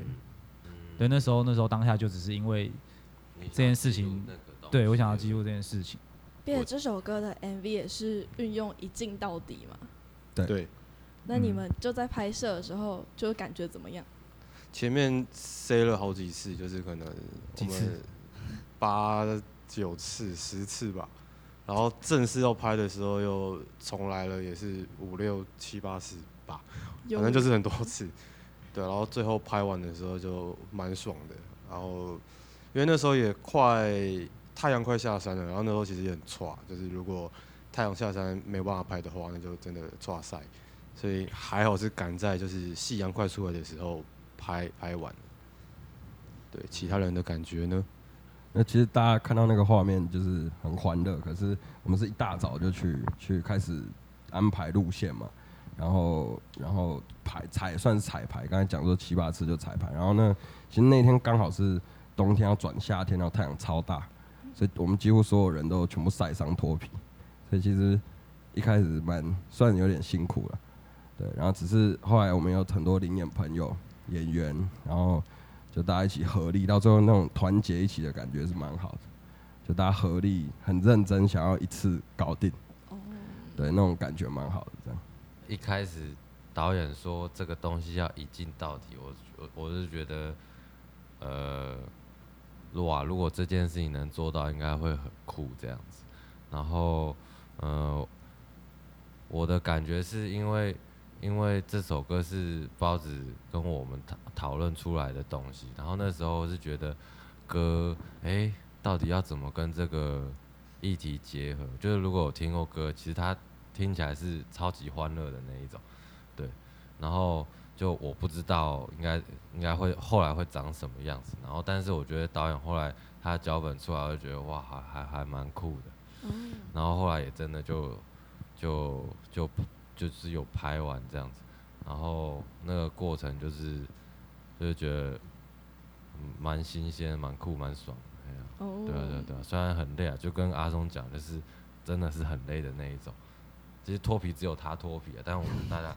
[SPEAKER 5] 对，那时候那时候当下就只是因为这件事情，对我想要记录这件事情。
[SPEAKER 2] 并且这首歌的 MV 也是运用一镜到底嘛？
[SPEAKER 6] 对
[SPEAKER 4] 对，
[SPEAKER 2] 那你们就在拍摄的时候，就感觉怎么样？
[SPEAKER 4] 前面塞了好几次，就是可能我
[SPEAKER 5] 几次
[SPEAKER 4] 们八九次、十次吧。然后正式要拍的时候又重来了，也是五六七八十吧，
[SPEAKER 2] 有
[SPEAKER 4] 反正就是很多次。 对，然后最后拍完的时候就蛮爽的。然后因为那时候也快太阳快下山了，然后那时候其实也很差，就是如果太阳下山没有办法拍的话，那就真的差赛。所以还好是赶在就是夕阳快出来的时候拍拍完。对，其他人的感觉呢？
[SPEAKER 6] 那其实大家看到那个画面就是很欢乐，可是我们是一大早就去去开始安排路线嘛，然后然后排彩算是彩排，刚才讲说七八次就彩排，然后呢，其实那天刚好是冬天要转夏天，然后太阳超大，所以我们几乎所有人都全部晒伤脱皮，所以其实一开始蛮算有点辛苦了，对，然后只是后来我们有很多灵演朋友演员，然后就大家一起合力，到最后那种团结一起的感觉是蛮好的。就大家合力很认真，想要一次搞定，
[SPEAKER 2] 哦，
[SPEAKER 6] 对那种感觉蛮好的。这样
[SPEAKER 3] 一开始导演说这个东西要一镜到底，我我我是觉得，呃，哇，如果这件事情能做到，应该会很酷这样子。然后，呃，我的感觉是因为因为这首歌是包子跟我们讨讨论出来的东西，然后那时候是觉得歌，诶，到底要怎么跟这个议题结合？就是如果有听过歌，其实它听起来是超级欢乐的那一种，对。然后就我不知道应该应该会后来会长什么样子，然后但是我觉得导演后来他的脚本出来，我就觉得哇，还还还蛮酷的。然后后来也真的就就就就是有拍完这样子，然后那个过程就是就是觉得嗯蛮新鲜、蛮酷、蛮爽的，哎呀、
[SPEAKER 2] 哦，
[SPEAKER 3] 对啊，对啊，对啊，虽然很累啊，就跟阿松讲，就是真的是很累的那一种。其实脱皮只有他脱皮啊，但我们大家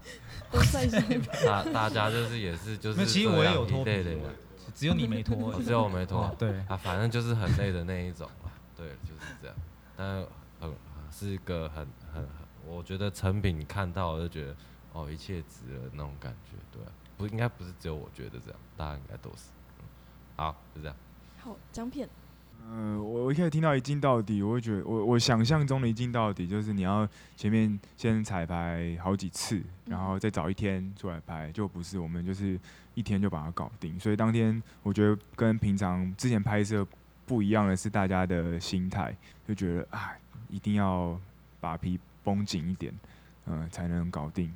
[SPEAKER 2] 都晒伤。
[SPEAKER 3] 大大家就是也是就
[SPEAKER 5] 没有
[SPEAKER 3] 是
[SPEAKER 5] 其实
[SPEAKER 3] 这
[SPEAKER 5] 我也
[SPEAKER 3] 样
[SPEAKER 5] 有
[SPEAKER 3] 一
[SPEAKER 5] 脱皮
[SPEAKER 3] 类的
[SPEAKER 5] 我
[SPEAKER 3] 人
[SPEAKER 5] 只有你没脱而
[SPEAKER 3] 哦
[SPEAKER 5] 已，
[SPEAKER 3] 只有我没脱
[SPEAKER 5] 哦对，
[SPEAKER 3] 啊，反正就是很累的那一种啊，对，就是这样。但很啊是一个很很，很我觉得成品看到我就觉得哦，一切值了那种感觉，对、啊，不应该不是只有我觉得这样，大家应该都是。嗯好，就这样。
[SPEAKER 2] 好，姜片，
[SPEAKER 7] 呃，我我一开始听到一镜到底，我会觉得我我想象中的一镜到底就是你要前面先彩排好几次，然后再找一天出来拍，就不是我们就是一天就把它搞定。所以当天我觉得跟平常之前拍摄不一样的是大家的心态，就觉得啊一定要把皮绷紧一点，嗯、才能搞定。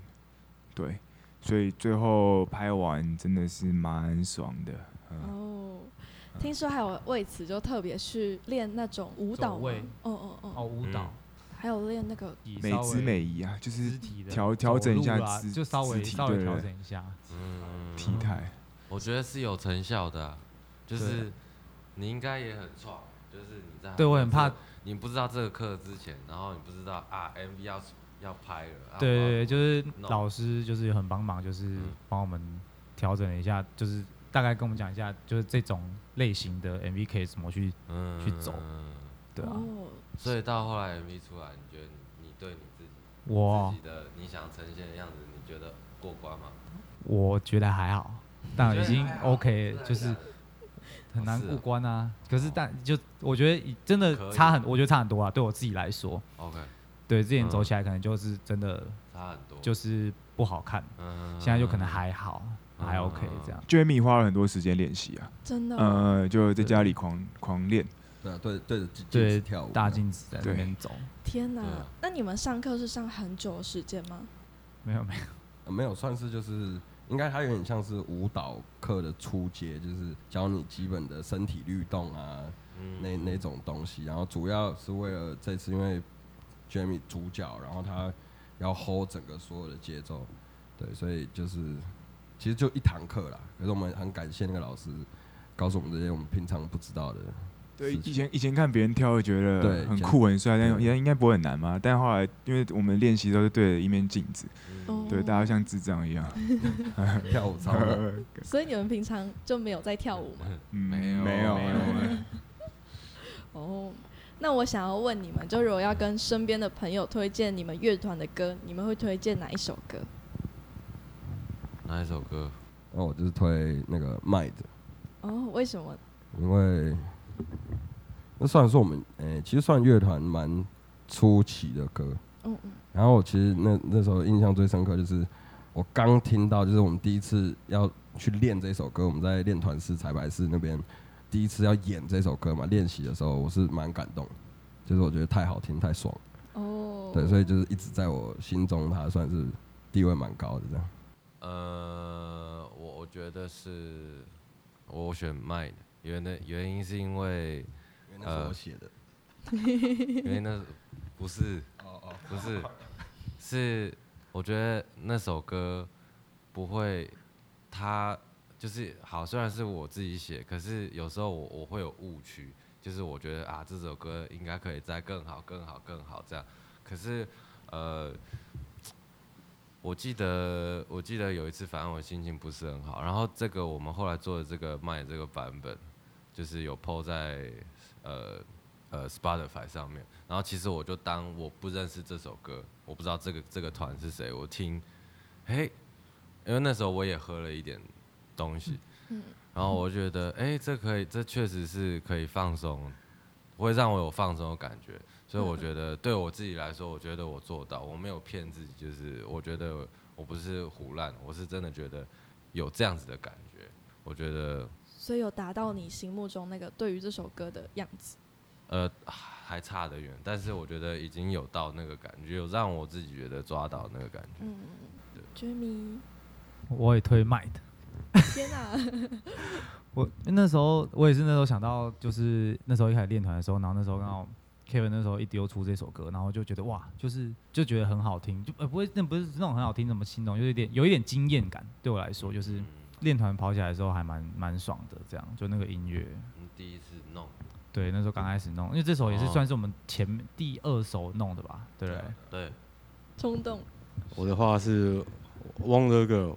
[SPEAKER 7] 对，所以最后拍完真的是蛮爽的。呃
[SPEAKER 2] 哦，听说还有为此就特别去练那种舞蹈
[SPEAKER 5] 走
[SPEAKER 2] 吗
[SPEAKER 5] 位，
[SPEAKER 2] 哦哦哦，
[SPEAKER 5] 哦，舞蹈
[SPEAKER 3] 嗯，
[SPEAKER 2] 还有练那个
[SPEAKER 5] 以
[SPEAKER 7] 美
[SPEAKER 5] 稍
[SPEAKER 7] 姿
[SPEAKER 5] 微
[SPEAKER 7] 美仪啊，就是
[SPEAKER 5] 肢体的
[SPEAKER 7] 调调整一下
[SPEAKER 5] 走路啦啊
[SPEAKER 7] 肢
[SPEAKER 5] 就稍微
[SPEAKER 7] 肢体
[SPEAKER 5] 稍微
[SPEAKER 7] 对
[SPEAKER 5] 调整一下。
[SPEAKER 3] 嗯，
[SPEAKER 7] 体态。
[SPEAKER 3] 我觉得是有成效的啊、就是
[SPEAKER 5] 对
[SPEAKER 3] 你应该也很创，就是你在
[SPEAKER 5] 对我很怕，
[SPEAKER 3] 你不知道这个课之前，然后你不知道啊 MV 要要拍了，啊、
[SPEAKER 5] 对对对，就是
[SPEAKER 3] 弄
[SPEAKER 5] 老师就是很帮忙，就是
[SPEAKER 3] 嗯
[SPEAKER 5] 帮我们调整了一下，就是大概跟我们讲一下，就是这种类型的 MV 可以怎么去，
[SPEAKER 3] 嗯
[SPEAKER 5] 去走对啊，
[SPEAKER 2] 哦，
[SPEAKER 3] 所以到后来 MV 出来，你觉得你你对你自己
[SPEAKER 5] 我
[SPEAKER 3] 自己的你想呈现的样子，你觉得过关吗？
[SPEAKER 5] 我觉得还好，但已经 OK，了就
[SPEAKER 3] 真
[SPEAKER 5] 是
[SPEAKER 3] 的假的
[SPEAKER 5] 很难
[SPEAKER 3] 是啊
[SPEAKER 5] 过关啊。可是但就我觉得真
[SPEAKER 3] 可
[SPEAKER 5] 的
[SPEAKER 3] 以
[SPEAKER 5] 差很，我觉得差很多啊。对我自己来说，
[SPEAKER 3] OK，
[SPEAKER 5] 对之前
[SPEAKER 3] 嗯
[SPEAKER 5] 走起来可能就是真的
[SPEAKER 3] 差很多，
[SPEAKER 5] 就是不好看，
[SPEAKER 3] 嗯
[SPEAKER 5] 现在就可能还好，
[SPEAKER 3] 嗯
[SPEAKER 5] 还 OK 这样。
[SPEAKER 7] Jamie 花了很多时间练习啊，
[SPEAKER 2] 真的哦，
[SPEAKER 7] 呃，就在家里狂狂练。
[SPEAKER 6] 对啊，对对着镜
[SPEAKER 5] 对
[SPEAKER 6] 子跳舞，
[SPEAKER 5] 大镜子在那
[SPEAKER 7] 对
[SPEAKER 5] 边走，
[SPEAKER 2] 天
[SPEAKER 3] 对
[SPEAKER 2] 哪
[SPEAKER 3] 啊！
[SPEAKER 2] 那你们上课是上很久的时间吗？
[SPEAKER 5] 没有没有，
[SPEAKER 6] 呃没有算是就是应该它有点像是舞蹈课的初阶，就是教你基本的身体律动啊，
[SPEAKER 3] 嗯
[SPEAKER 6] 那那种东西。然后主要是为了这次，因为 Jamie 主角，然后他要 hold 整个所有的节奏，对，所以就是其实就一堂课啦。可是我们很感谢那个老师，告诉我们这些我们平常不知道的。
[SPEAKER 7] 对，
[SPEAKER 6] 是
[SPEAKER 7] 以前以前看别人跳会觉得
[SPEAKER 6] 对
[SPEAKER 7] 很
[SPEAKER 6] 就
[SPEAKER 7] 酷很帅，但
[SPEAKER 6] 对
[SPEAKER 7] 应该应该不会很难嘛。但后来因为我们练习都是对着一面镜子，
[SPEAKER 2] 哦，
[SPEAKER 7] 对，大家像智障一样。
[SPEAKER 6] 跳舞操的。
[SPEAKER 2] 所以你们平常就没有在跳舞吗？
[SPEAKER 7] 嗯
[SPEAKER 3] 没有
[SPEAKER 7] 没有
[SPEAKER 3] 没有
[SPEAKER 7] 没有
[SPEAKER 2] 哦，那我想要问你们，就如果要跟身边的朋友推荐你们乐团的歌，你们会推荐哪一首歌？
[SPEAKER 3] 哪一首歌？
[SPEAKER 6] 那我就是推那个麦的，
[SPEAKER 2] 哦，为什么？
[SPEAKER 6] 因为那算是我们诶、其实算乐团蛮出奇的歌。
[SPEAKER 2] 嗯嗯，
[SPEAKER 6] 然后我其实那那时候印象最深刻就是我刚听到，就是我们第一次要去练这首歌，我们在练团室彩排室那边第一次要演这首歌嘛，练习的时候我是蛮感动的，就是我觉得太好听太爽，
[SPEAKER 2] 哦，
[SPEAKER 6] 对，所以就是一直在我心中它算是地位蛮高的这样。
[SPEAKER 3] 呃，我我觉得是我选麦的，原的原因是因为
[SPEAKER 6] 因
[SPEAKER 5] 呃
[SPEAKER 6] 为
[SPEAKER 3] 那是我
[SPEAKER 6] 写的，
[SPEAKER 3] 因为那不是
[SPEAKER 6] 哦哦，
[SPEAKER 3] 不是是我觉得那首歌不会，它就是好，虽然是我自己写，可是有时候我我会有误区，就是我觉得啊这首歌应该可以再更好更好更好这样，可是呃。我记得，我记得有一次，反正我心情不是很好。然后这个我们后来做的这个卖这个版本，就是有 PO 在呃呃 Spotify 上面。然后其实我就当我不认识这首歌，我不知道这个这个团是谁，我听，嘿，因为那时候我也喝了一点东西，然后我就觉得，哎、这可以，这确实是可以放松，会让我有放松的感觉。所以我觉得对我自己来说，我觉得我做到，我没有骗自己，就是我觉得我不是胡乱，我是真的觉得有这样子的感觉。我觉得
[SPEAKER 2] 所以有达到你心目中那个对于这首歌的样子。
[SPEAKER 3] 呃还差得远，但是我觉得已经有到那个感觉，有让我自己觉得抓到那个感觉。
[SPEAKER 2] 嗯，Jimmy，
[SPEAKER 5] 我也推麦的。
[SPEAKER 2] 天啊哪、
[SPEAKER 5] 我那时候我也是那时候想到，就是那时候一开始练团的时候，然后那时候刚好 Kevin 那时候一丢出这首歌，然后就觉得哇，就是就觉得很好听，就呃不会那不是那种很好听怎么形容，就是有点有一点惊艳感。对我来说，就是练团跑起来的时候还蛮蛮爽的，这样就那个音乐。
[SPEAKER 3] 嗯，第一次弄，
[SPEAKER 5] 对，那时候刚开始弄，因为这首也是
[SPEAKER 3] 哦
[SPEAKER 5] 算是我们前面第二首弄的吧，对
[SPEAKER 6] 啊
[SPEAKER 5] 啊不对？
[SPEAKER 3] 对，
[SPEAKER 2] 冲动
[SPEAKER 4] 我的话是 Wonder Girl，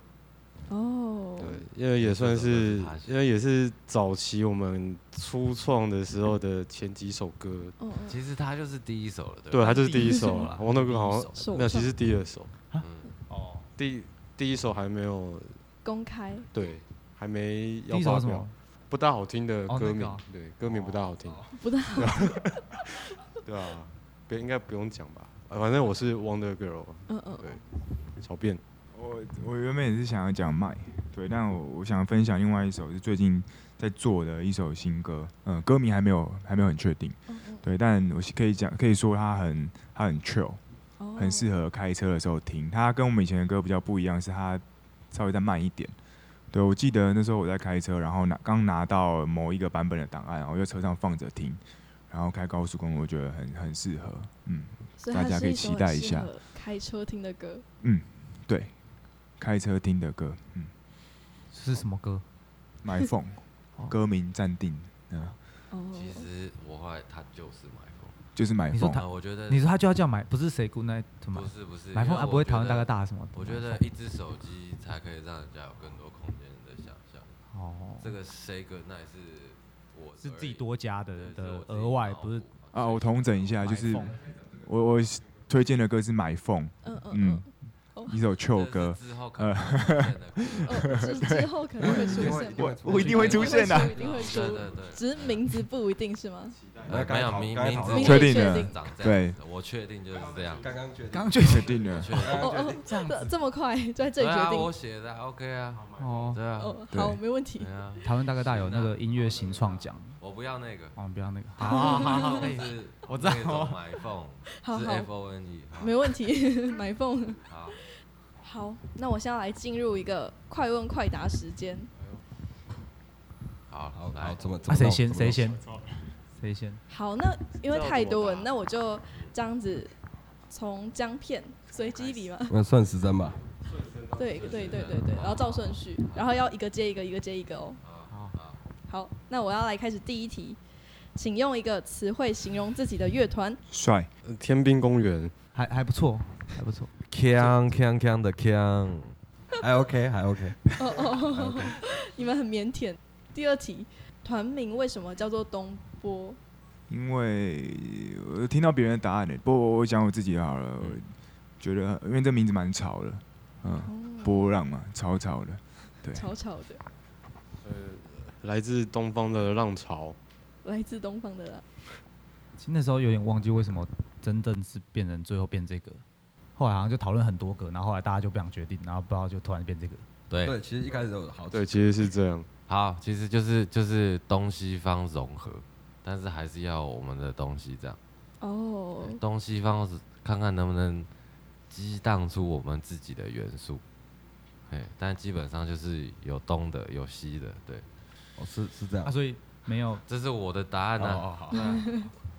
[SPEAKER 2] 哦
[SPEAKER 4] 对，，因为也算是
[SPEAKER 3] 这首歌是他，写
[SPEAKER 4] 因为也是早期我们初创的时候的前几首歌，
[SPEAKER 2] 嗯嗯，
[SPEAKER 3] 其实它就是第一首了，对
[SPEAKER 4] 对，
[SPEAKER 3] 吧？
[SPEAKER 4] 它就是第
[SPEAKER 5] 第
[SPEAKER 4] 一
[SPEAKER 5] 一
[SPEAKER 4] 首
[SPEAKER 5] 首
[SPEAKER 4] 了
[SPEAKER 5] 啊。
[SPEAKER 4] Wonder Girl 好
[SPEAKER 3] 第一
[SPEAKER 4] 像
[SPEAKER 2] 首
[SPEAKER 4] 没有，其实第二首，
[SPEAKER 3] 嗯，
[SPEAKER 5] 哦，
[SPEAKER 4] 第第一首还没有，
[SPEAKER 2] 公开
[SPEAKER 4] 对，还没
[SPEAKER 5] 第
[SPEAKER 4] 要
[SPEAKER 5] 一
[SPEAKER 4] 发
[SPEAKER 5] 首什
[SPEAKER 4] 表
[SPEAKER 5] 么？，
[SPEAKER 4] 不大好听的
[SPEAKER 5] 哦那
[SPEAKER 4] 歌
[SPEAKER 5] 个
[SPEAKER 4] 名
[SPEAKER 5] 哦，
[SPEAKER 4] 对，歌名不大好听，
[SPEAKER 2] 不大
[SPEAKER 4] 对啊，别应该不用讲吧，啊反正我是 Wonder Girl，
[SPEAKER 2] 嗯嗯
[SPEAKER 4] 对，小便，
[SPEAKER 7] 我我原本也是想要讲麦，对，但我我想分享另外一首是最近在做的一首新歌，嗯、歌名还没有还没有很确定，
[SPEAKER 2] 嗯嗯
[SPEAKER 7] 对，但我是可以讲可以说它很它很 chill，
[SPEAKER 2] 哦，
[SPEAKER 7] 很适合开车的时候听。它跟我们以前的歌比较不一样，是它稍微再慢一点。对，我记得那时候我在开车，然后拿刚拿到某一个版本的档案，然后我就在车上放着听，然后开高速公路，我觉得很很适合。嗯，
[SPEAKER 2] 所以
[SPEAKER 7] 大
[SPEAKER 2] 它
[SPEAKER 7] 家
[SPEAKER 2] 是
[SPEAKER 7] 可以
[SPEAKER 2] 首
[SPEAKER 7] 期
[SPEAKER 2] 很
[SPEAKER 7] 待一
[SPEAKER 2] 适
[SPEAKER 7] 下
[SPEAKER 2] 合开车听的歌。
[SPEAKER 7] 对，开车听的歌，嗯
[SPEAKER 5] 是什么
[SPEAKER 6] 哦
[SPEAKER 5] 歌？
[SPEAKER 7] ，My Phone，歌
[SPEAKER 5] 哦
[SPEAKER 7] 名暂定，嗯、
[SPEAKER 2] 哦，
[SPEAKER 3] 其实我后来它就是麦风，
[SPEAKER 7] 就是 My
[SPEAKER 5] 你说
[SPEAKER 7] Phone，
[SPEAKER 5] 它
[SPEAKER 3] 啊，我觉得
[SPEAKER 5] 你说他就要叫买，不是谁 Good Night 什么
[SPEAKER 3] 不？是不是，
[SPEAKER 5] 买
[SPEAKER 3] 因
[SPEAKER 5] 风
[SPEAKER 3] 为
[SPEAKER 5] 啊
[SPEAKER 3] 我
[SPEAKER 5] 不会
[SPEAKER 3] 觉
[SPEAKER 5] 讨论
[SPEAKER 3] 得
[SPEAKER 5] 大哥大什么的？
[SPEAKER 3] 我觉得一只手机才可以让人家有更多空间的想象。
[SPEAKER 5] 哦，
[SPEAKER 3] 这个 say good night 是我
[SPEAKER 5] 是
[SPEAKER 3] 而
[SPEAKER 5] 自己
[SPEAKER 3] 已
[SPEAKER 5] 多加的
[SPEAKER 3] 对是
[SPEAKER 5] 的
[SPEAKER 3] 我自己哦
[SPEAKER 5] 额外，
[SPEAKER 3] 脑
[SPEAKER 5] 不是
[SPEAKER 3] 补
[SPEAKER 7] 啊，我同整一下，就
[SPEAKER 5] My
[SPEAKER 7] 是
[SPEAKER 5] Phone
[SPEAKER 7] 我我推荐的歌是 My Phone，
[SPEAKER 2] 嗯嗯
[SPEAKER 7] 嗯
[SPEAKER 2] 嗯，
[SPEAKER 7] 一 首 chill
[SPEAKER 3] 这
[SPEAKER 7] 歌
[SPEAKER 3] 是，之后可能会出现的歌
[SPEAKER 2] 哦，之之后可能会出现吗，
[SPEAKER 7] 我一定会出现的、
[SPEAKER 2] 一定会出
[SPEAKER 3] 对对对，
[SPEAKER 2] 只是名字不一定是吗？
[SPEAKER 3] 呃没有
[SPEAKER 6] 该讨
[SPEAKER 3] 名
[SPEAKER 6] 该
[SPEAKER 3] 名
[SPEAKER 6] 讨
[SPEAKER 3] 字
[SPEAKER 2] 论
[SPEAKER 7] 确定的
[SPEAKER 3] 我就是长这样子，我确定就是这样。
[SPEAKER 6] 刚刚决定
[SPEAKER 5] 刚确
[SPEAKER 7] 确定了。
[SPEAKER 3] 确定
[SPEAKER 2] 哦哦，这这么 快就在这里
[SPEAKER 3] 对
[SPEAKER 2] 决
[SPEAKER 3] 啊，我
[SPEAKER 2] 定？
[SPEAKER 3] 写的 OK 啊，
[SPEAKER 5] 哦，
[SPEAKER 3] 对啊，
[SPEAKER 2] 哦，
[SPEAKER 7] 对
[SPEAKER 2] 好，没问题
[SPEAKER 3] 对。啊，
[SPEAKER 5] 台湾大哥大有那个音乐新创奖，
[SPEAKER 3] 我不要那个，
[SPEAKER 5] 哦，不要那个，好，
[SPEAKER 3] 好好好，是
[SPEAKER 5] 我知道
[SPEAKER 3] 那种买 phone
[SPEAKER 2] 好
[SPEAKER 3] 是
[SPEAKER 2] 好
[SPEAKER 3] F O N E，好
[SPEAKER 2] 没问题， 买凤。
[SPEAKER 3] 好，
[SPEAKER 2] 好，那我现在来进入一个快问快答时间。
[SPEAKER 3] 好
[SPEAKER 6] 好
[SPEAKER 3] 好
[SPEAKER 6] 好
[SPEAKER 3] 来，
[SPEAKER 6] 怎么怎
[SPEAKER 5] 啊，
[SPEAKER 6] 么
[SPEAKER 5] 谁
[SPEAKER 6] 弄
[SPEAKER 5] 先
[SPEAKER 6] 怎么
[SPEAKER 5] 谁
[SPEAKER 6] 弄
[SPEAKER 5] 先谁先？
[SPEAKER 2] 好，那因为
[SPEAKER 3] 这要
[SPEAKER 2] 太
[SPEAKER 3] 怎么
[SPEAKER 2] 多了
[SPEAKER 3] 答，
[SPEAKER 2] 那我就这样子从姜片随机比嘛。
[SPEAKER 6] 那算时针吧，
[SPEAKER 2] 对对对对对，然后照顺序，然后要一个接一个，一个接一个哦。
[SPEAKER 3] 啊
[SPEAKER 5] 好，
[SPEAKER 2] 好，那我要来开始第一题，请用一个词汇形容自己的乐团。
[SPEAKER 7] 帅，
[SPEAKER 4] 呃天兵公园
[SPEAKER 5] 还还不错，还不错，
[SPEAKER 3] 锵锵锵的锵，
[SPEAKER 6] 还 OK 还 OK，
[SPEAKER 2] 哦哦，哦你们很腼腆。第二题，团名为什么叫做东波？
[SPEAKER 7] 因为我听到别人的答案呢、欸不过我我讲我自己的好了，
[SPEAKER 5] 嗯
[SPEAKER 7] 我觉得因为这名字蛮潮的，嗯，
[SPEAKER 2] 哦，
[SPEAKER 7] 波浪嘛，潮潮的，对，
[SPEAKER 2] 吵吵的，
[SPEAKER 4] 呃，来自东方的浪潮，
[SPEAKER 2] 来自东方的啦。
[SPEAKER 5] 其实那时候有点忘记为什么真正是变成最后变这个，后来好像就讨论很多个，然后后来大家就不想决定，然后不知道就突然变这个。
[SPEAKER 3] 对，
[SPEAKER 6] 对，其实一开始有
[SPEAKER 5] 哦
[SPEAKER 6] 好
[SPEAKER 4] 对，
[SPEAKER 6] 几，
[SPEAKER 4] 其实是这样。
[SPEAKER 3] 好，其实就是就是东西方融合，但是还是要有我们的东西这样，
[SPEAKER 2] 哦，
[SPEAKER 3] 东西方是看看能不能激荡出我们自己的元素，哎，但基本上就是有东的有西的，对，
[SPEAKER 6] 哦是是这样
[SPEAKER 5] 啊，。所以没有
[SPEAKER 3] 这是我的答案呢、啊。
[SPEAKER 6] 哦好，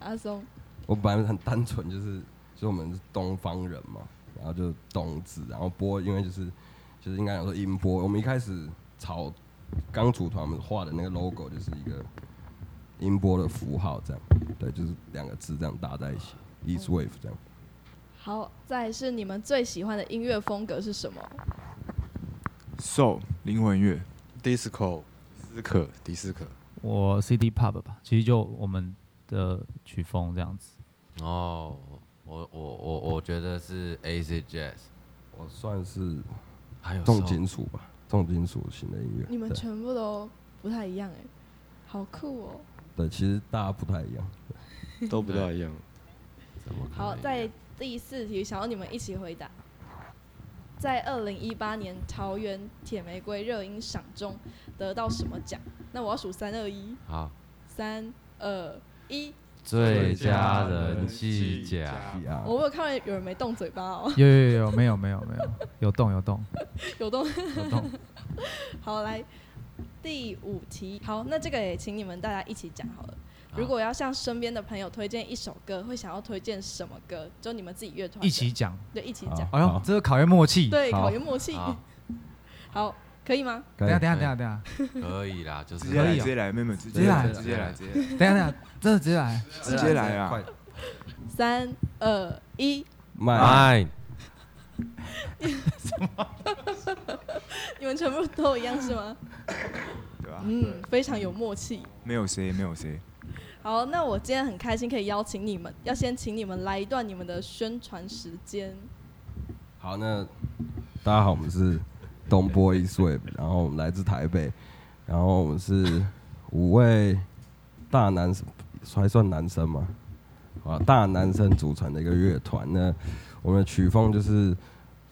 [SPEAKER 2] 阿松，
[SPEAKER 6] 我本来很单纯，就是就是我们是东方人嘛，然后就东字，然后波，因为就是就是应该讲说音波。我们一开始炒刚组团，我们画的那个 logo 就是一个音波的符号，这样，对，就是两个字这样搭在一起，East Wave 这样。
[SPEAKER 2] 好，再来是你们最喜欢的音乐风格是什么？
[SPEAKER 7] 受灵魂乐，
[SPEAKER 4] disco 迪斯科，迪斯科，
[SPEAKER 5] 我 CD pub 吧，其实就我们的曲风这样子。
[SPEAKER 3] 哦，我我我我觉得是 A C Jazz，
[SPEAKER 6] 我算是
[SPEAKER 3] 还有
[SPEAKER 6] 重
[SPEAKER 3] soul
[SPEAKER 6] 金属吧，重金属型的音乐。
[SPEAKER 2] 你们
[SPEAKER 6] 对
[SPEAKER 2] 全部都不太一样哎、好酷哦、
[SPEAKER 6] 对，其实大家不太一样。
[SPEAKER 4] 都不大一样。
[SPEAKER 3] 怎么可能
[SPEAKER 2] 好，
[SPEAKER 3] 一样
[SPEAKER 2] 在第四题，想要你们一起回答。在二零一八年桃园铁玫瑰热音赏中得到什么奖？那我要数三二一，
[SPEAKER 3] 好
[SPEAKER 2] 三二一。
[SPEAKER 3] 最佳
[SPEAKER 6] 佳
[SPEAKER 3] 人
[SPEAKER 6] 人
[SPEAKER 3] 气
[SPEAKER 2] 哦
[SPEAKER 3] 奖，
[SPEAKER 6] 啊
[SPEAKER 2] 我，有看到有人没动嘴巴哦，
[SPEAKER 5] 有有有，没有没有没有，有动有动
[SPEAKER 2] 有动。
[SPEAKER 5] 有动。
[SPEAKER 2] 好，来第五题。好，那这个也请你们大家一起讲好了。如
[SPEAKER 3] 好
[SPEAKER 2] 果要向身边的朋友推荐一首歌，会想要推荐什么歌？就你们自己乐团的
[SPEAKER 5] 一起讲，
[SPEAKER 2] 对一起讲，
[SPEAKER 5] 哎呦
[SPEAKER 6] 好，
[SPEAKER 5] 这个考验默契。
[SPEAKER 2] 对，
[SPEAKER 6] 好
[SPEAKER 2] 考验默契。
[SPEAKER 3] 好
[SPEAKER 2] 好，可以吗？
[SPEAKER 6] 等
[SPEAKER 5] 等一下等一下等一下等一下
[SPEAKER 3] 可以啦，就是
[SPEAKER 7] 直接来
[SPEAKER 5] 可以
[SPEAKER 7] 直
[SPEAKER 5] 哦
[SPEAKER 7] 接来，妹妹直
[SPEAKER 5] 直接
[SPEAKER 7] 来
[SPEAKER 5] 来
[SPEAKER 7] 直接来直接
[SPEAKER 5] 等
[SPEAKER 7] 来，
[SPEAKER 5] 一下等一下，真的直接来。
[SPEAKER 7] 直接来啊！
[SPEAKER 2] 三二一，
[SPEAKER 6] 卖
[SPEAKER 3] Mine
[SPEAKER 2] 你们全部都一样是吗？
[SPEAKER 7] 对吧？
[SPEAKER 2] 嗯，非常有默契。
[SPEAKER 7] 没有谁没有谁，
[SPEAKER 2] 好，那我今天很开心可以邀请你们，要先请你们来一段你们的宣传时间。
[SPEAKER 6] 好，那大家好，我们是东波 East Wave，然后我们来自台北，然后我们是五位大男生，还算男生吗？啊，大男生组成的一个乐团。那我们的曲风就是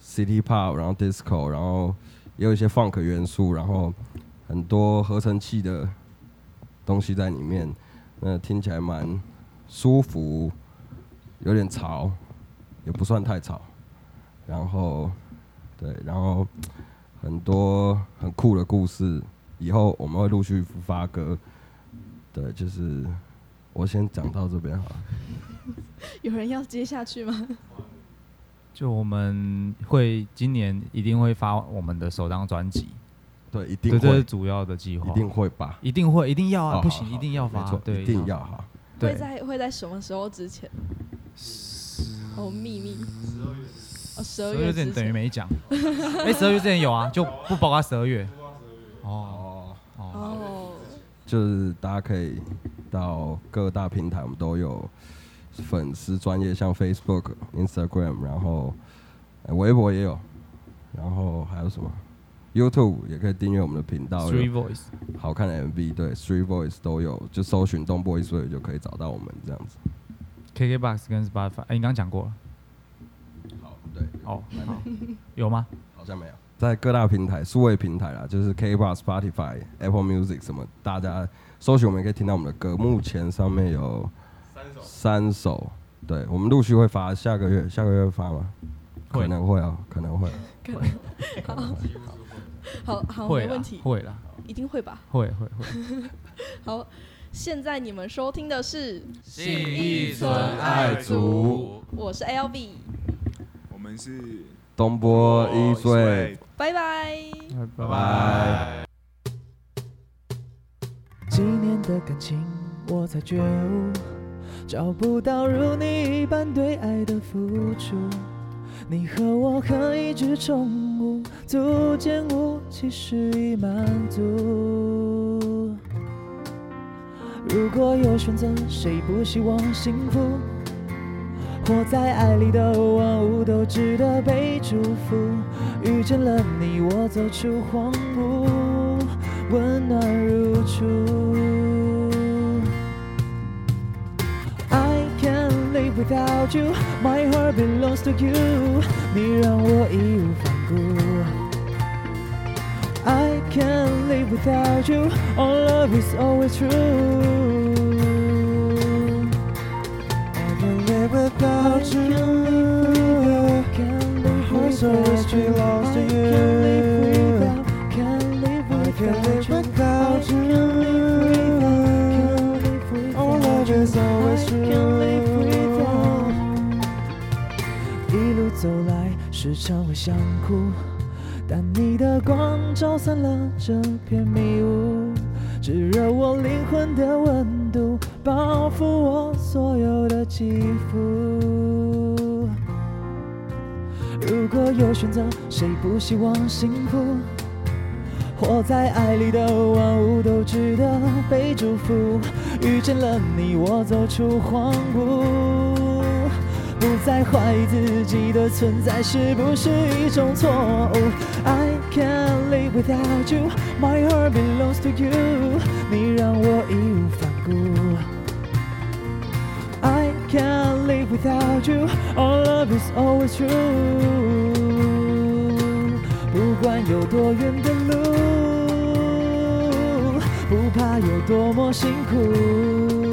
[SPEAKER 6] City Pop，然后 Disco，然后也有一些 Funk 元素，然后很多合成器的东西在里面。那听起来蛮舒服，有点潮，也不算太潮。然后对，然后很多很酷的故事，以后我们会陆续发歌。对，就是我先讲到这边好了。
[SPEAKER 2] 有人要接下去吗？
[SPEAKER 5] 就我们会今年一定会发我们的首张专辑，
[SPEAKER 6] 对，一
[SPEAKER 5] 对，
[SPEAKER 6] 定
[SPEAKER 5] 这是
[SPEAKER 6] 会，
[SPEAKER 5] 主要的计划。
[SPEAKER 6] 一定会吧？
[SPEAKER 5] 一定会，一定要
[SPEAKER 6] 哦
[SPEAKER 5] 啊！
[SPEAKER 6] 好
[SPEAKER 5] 不行，
[SPEAKER 6] 好
[SPEAKER 5] 一定要
[SPEAKER 6] 没
[SPEAKER 5] 发
[SPEAKER 6] 错，，
[SPEAKER 5] 对，啊
[SPEAKER 6] 一定要哈。
[SPEAKER 2] 会
[SPEAKER 5] 对，
[SPEAKER 2] 在会在什么时候之前？哦，秘密。哦，十二
[SPEAKER 5] 12
[SPEAKER 2] 月
[SPEAKER 5] 之
[SPEAKER 2] 之
[SPEAKER 5] 前等于
[SPEAKER 2] 前。
[SPEAKER 5] 没讲。哎，十二月之前 有啊，就不包括十二月。哦
[SPEAKER 6] 哦，
[SPEAKER 5] 哦，
[SPEAKER 2] 哦，
[SPEAKER 6] 就是大家可以到各大平台，我们都有粉丝专业，像 Facebook、Instagram，然后呃微博也有，然后还有什么 YouTube 也可以订阅我们的频道。有
[SPEAKER 5] Three Voice，
[SPEAKER 6] 好看的 MV，对，Three Voice 都有，就搜寻东 boy 所以就可以找到我们这样子。
[SPEAKER 5] KKBox 跟 Spotify，哎，你刚刚讲过了
[SPEAKER 6] 好，对，
[SPEAKER 5] 哦， 好，有吗？
[SPEAKER 6] 好像没有。在各大平台、数位平台啦，就是 K b o x Spotify、Apple Music 什么，大家搜寻我们也可以听到我们的歌。目前上面有三首，三首，对，我们陆续会发，下个月下个月会发吗？
[SPEAKER 5] 会
[SPEAKER 6] 可能会哦，可能会。
[SPEAKER 2] 可 能好好
[SPEAKER 5] 会
[SPEAKER 2] 哦没
[SPEAKER 5] 啦
[SPEAKER 2] 问题，
[SPEAKER 5] 会啦，
[SPEAKER 2] 一定会吧。
[SPEAKER 5] 会会会。
[SPEAKER 2] 好，现在你们收听的是，
[SPEAKER 3] 信
[SPEAKER 2] 义存爱
[SPEAKER 6] 族，
[SPEAKER 2] 我是 L B，
[SPEAKER 7] 我们是
[SPEAKER 6] 东波一岁。
[SPEAKER 7] 岁，
[SPEAKER 2] 拜拜。
[SPEAKER 5] 拜拜。
[SPEAKER 8] 几年的感情，我才觉悟，找不到如你一般对爱的付出。你和我何以只宠物，足见无其实已满足。如果有选择，谁不希望幸福？活在爱里的万物都值得被祝福。遇见了你，我走出荒芜，温暖如初。I can't live without you, my heart belongs to you。你让我义无反顾。I can't live without you, our love is always true。I can't live without you, my heart's always belongs to you。Can't live without you, can't live without you。Our love is always true。一路走来，时常会想哭，但你的光照散了这片迷雾，炙热我灵魂的温度，包覆我所有的起伏。如果有选择，谁不希望幸福？活在爱里的万物都值得被祝福。遇见了你，我走出荒芜，不再怀疑自己的存在是不是一种错误。I can't live without you, my heart belongs to you。你让我义无反顾。I can't live without you. Our love is always true. 不管有多远的路，不怕有多么辛苦。